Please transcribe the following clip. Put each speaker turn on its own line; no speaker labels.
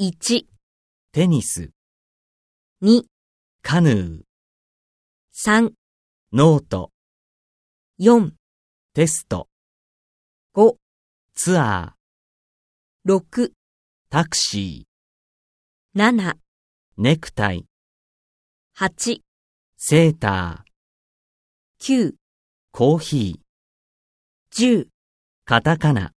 1、
テニス、
2、
カヌー、
3、
ノート、
4、
テスト、
5、
ツアー、
6、
タクシ
7、
ー、ネクタイ、
8、
セーター、
9、
コーヒー、
10
カタカナ。